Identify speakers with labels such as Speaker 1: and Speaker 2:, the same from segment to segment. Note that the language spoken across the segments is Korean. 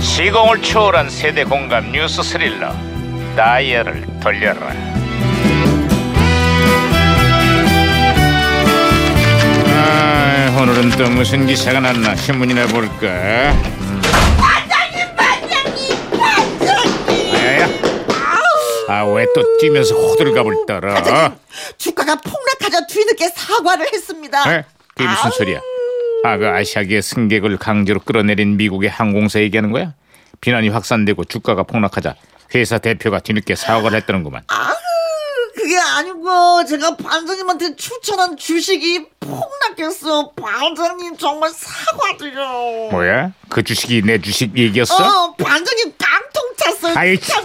Speaker 1: 시공을 초월한 세대 공감 뉴스 스릴러 다이얼을 돌려라 아, 오늘은 또 무슨 기사가 났나 신문이나 볼까 반장님 반장님 반장님 아, 아왜 또 뛰면서 호들갑을 떨어
Speaker 2: 반장님, 주가가 폭락하자 뒤늦게 사과를 했습니다.
Speaker 1: 에? 네, 그게 무슨
Speaker 2: 아우,
Speaker 1: 소리야? 아가 아시아기의 승객을 강제로 끌어내린 미국의 항공사 얘기하는 거야? 비난이 확산되고 주가가 폭락하자 회사 대표가 뒤늦게 사과를 했다는구만.
Speaker 2: 아우, 그게 아니고 제가 반장님한테 추천한 주식이 폭락했어. 반장님 정말 사과드려.
Speaker 1: 뭐야? 그 주식이 내 주식 얘기였어?
Speaker 2: 어, 반장님 깡통 찼어요.
Speaker 1: 아이,
Speaker 2: 참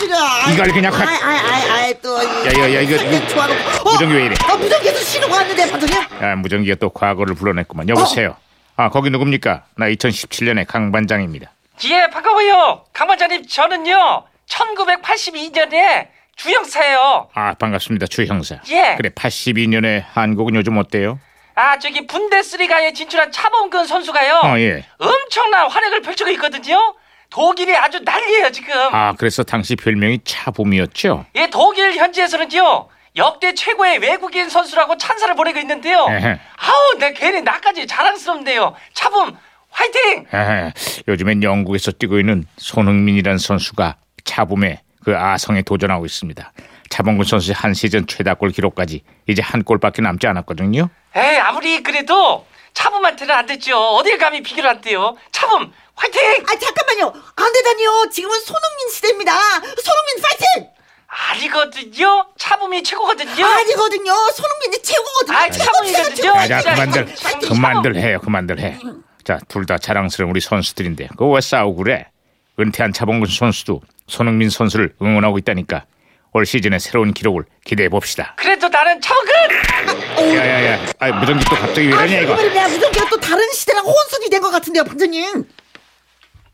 Speaker 1: 이걸 그냥
Speaker 2: 아이,
Speaker 1: 가-
Speaker 2: 아이, 아이, 아이, 또.
Speaker 1: 야, 야, 야, 이거- 이거 무전기 왜 이래?
Speaker 2: 아, 무전기에서 신호가 왔는데, 반장님.
Speaker 1: 아, 무전기가 또 과거를 불러냈구만. 여보세요. 아 거기 누굽니까? 나 2017년의 강 반장입니다.
Speaker 3: 예, 반가워요. 강반장님, 저는요, 1982년에 주영사예요.
Speaker 1: 아 반갑습니다 주 형사.
Speaker 3: 예.
Speaker 1: 그래 82년에 한국은 요즘 어때요?
Speaker 3: 아, 저기 분데스리가에 진출한 차범근 선수가요.
Speaker 1: 어 예.
Speaker 3: 엄청난 활약을 펼치고 있거든요. 독일이 아주 난리예요, 지금.
Speaker 1: 아 그래서 당시 별명이 차붐이었죠?
Speaker 3: 예, 독일 현지에서는요. 역대 최고의 외국인 선수라고 찬사를 보내고 있는데요.
Speaker 1: 에헤.
Speaker 3: 아우, 내 괜히 나까지 자랑스럽네요. 차범 화이팅!
Speaker 1: 아, 요즘엔 영국에서 뛰고 있는 손흥민이라는 선수가 차붐에 그 아성에 도전하고 있습니다. 차범근 선수의 한 시즌 최다골 기록까지 이제 한 골밖에 남지 않았거든요.
Speaker 3: 에이, 아무리 그래도 차범한테는 안 됐죠. 어딜 감히 비교를 한대요. 차범 화이팅!
Speaker 2: 아, 잠깐만요. 안 되다니요. 지금은 손흥민 시대입니다. 손흥민 파이팅!
Speaker 3: 아니거든요. 차붐이 최고거든요.
Speaker 2: 아니거든요. 손흥민이 최고거든요.
Speaker 3: 아, 차범이거든요.
Speaker 1: 아, 자,
Speaker 3: 진짜.
Speaker 1: 그만들
Speaker 3: 차범, 차범.
Speaker 1: 그만들 해요, 그만들 해. 자, 둘 다 자랑스러운 우리 선수들인데 그거 왜 싸우고 그래? 은퇴한 차범근 선수도 손흥민 선수를 응원하고 있다니까 올 시즌의 새로운 기록을 기대해 봅시다.
Speaker 3: 그래도 나는 차범근.
Speaker 1: 야야야, 아, 무전기 또 갑자기 왜 이러냐 이거?
Speaker 2: 내가 무전기가 또 다른 시대랑 혼선이 된 것 같은데요, 반장님.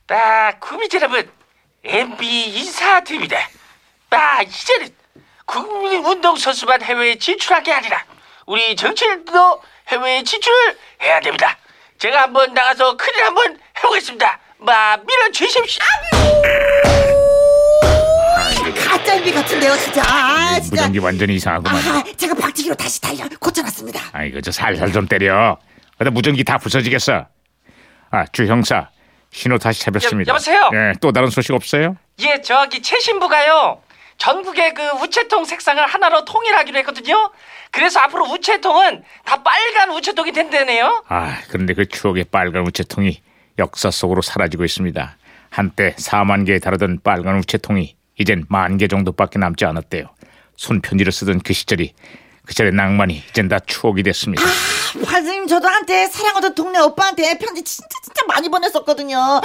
Speaker 3: 나 국민 여러분 MB 인사드립니다. 나 이제는 국민 운동 선수만 해외에 진출한 게 아니라 우리 정치인도 해외에 진출해야 됩니다. 제가 한번 나가서 큰일 한번 해보겠습니다. 마 밀어 주십시오.
Speaker 2: 가짜인비 같은데요, 진짜. 아, 진짜.
Speaker 1: 무전기 완전히 이상하구만.
Speaker 2: 아, 제가 박치기로 다시 달려 고쳐놨습니다.
Speaker 1: 아이고 저 살살 좀 때려. 그다 무전기 다 부서지겠어. 아 주 형사 신호 다시 잡혔습니다.
Speaker 3: 여- 여보세요?
Speaker 1: 예, 또 다른 소식 없어요?
Speaker 3: 예, 저기 최신부가요. 전국의 그 우체통 색상을 하나로 통일하기로 했거든요. 그래서 앞으로 우체통은 다 빨간 우체통이 된다네요.
Speaker 1: 아 그런데 그 추억의 빨간 우체통이 역사 속으로 사라지고 있습니다. 한때 4만 개에 달하던 빨간 우체통이 이젠 만 개 정도밖에 남지 않았대요. 손편지를 쓰던 그 시절이 그 시절의 낭만이 이젠 다 추억이 됐습니다.
Speaker 2: 반장님, 저도 한때 사랑하던 동네 오빠한테 편지 진짜 진짜 많이 보냈었거든요.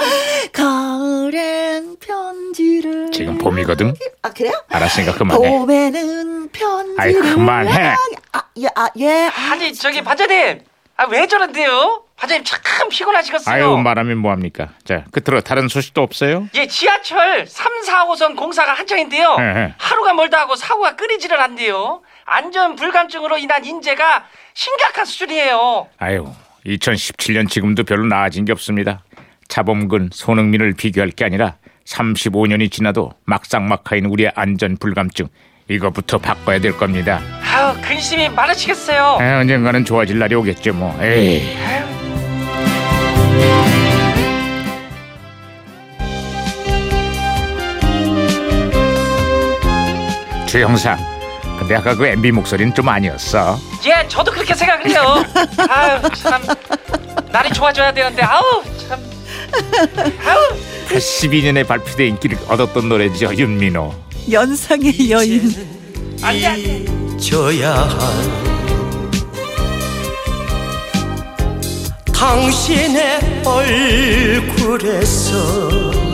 Speaker 2: 가을엔 편지를.
Speaker 1: 지금 봄이거든.
Speaker 2: 아, 그래요?
Speaker 1: 알아 생각
Speaker 3: 어,
Speaker 1: 그만해.
Speaker 2: 봄에는 편지를.
Speaker 1: 아이, 그만해.
Speaker 2: 아, 예, 아, 예. 아,
Speaker 3: 아니, 저기 반장님. 아, 왜 저런데요? 반장님 참 피곤하시겠어요.
Speaker 1: 아유 말하면 뭐합니까? 자 끝으로 다른 소식도 없어요?
Speaker 3: 예, 지하철 3, 4호선 공사가 한창인데요.
Speaker 1: 예, 예.
Speaker 3: 하루가 멀다 하고 사고가 끊이지를 않네요. 안전 불감증으로 인한 인재가 심각한 수준이에요.
Speaker 1: 아유, 2017년 지금도 별로 나아진 게 없습니다. 차범근, 손흥민을 비교할 게 아니라 35년이 지나도 막상막하인 우리의 안전 불감증 이거부터 바꿔야 될 겁니다.
Speaker 3: 아우, 근심이 많으시겠어요.
Speaker 1: 아, 언젠가는 좋아질 날이 오겠죠 뭐. 에이. 주 형사, 근데 아까 그 MB 목소리는 좀 아니었어.
Speaker 3: 예, 저도 그렇게 생각을 해요. 아유, 참. 날이 좋아져야 되는데, 아우, 참. 아우.
Speaker 1: 82년에 발표돼 인기를 얻었던 노래죠 윤민호.
Speaker 4: 연상의 여인
Speaker 3: 안 돼, 안 돼.
Speaker 5: 잊혀야 할 당신의 얼굴에서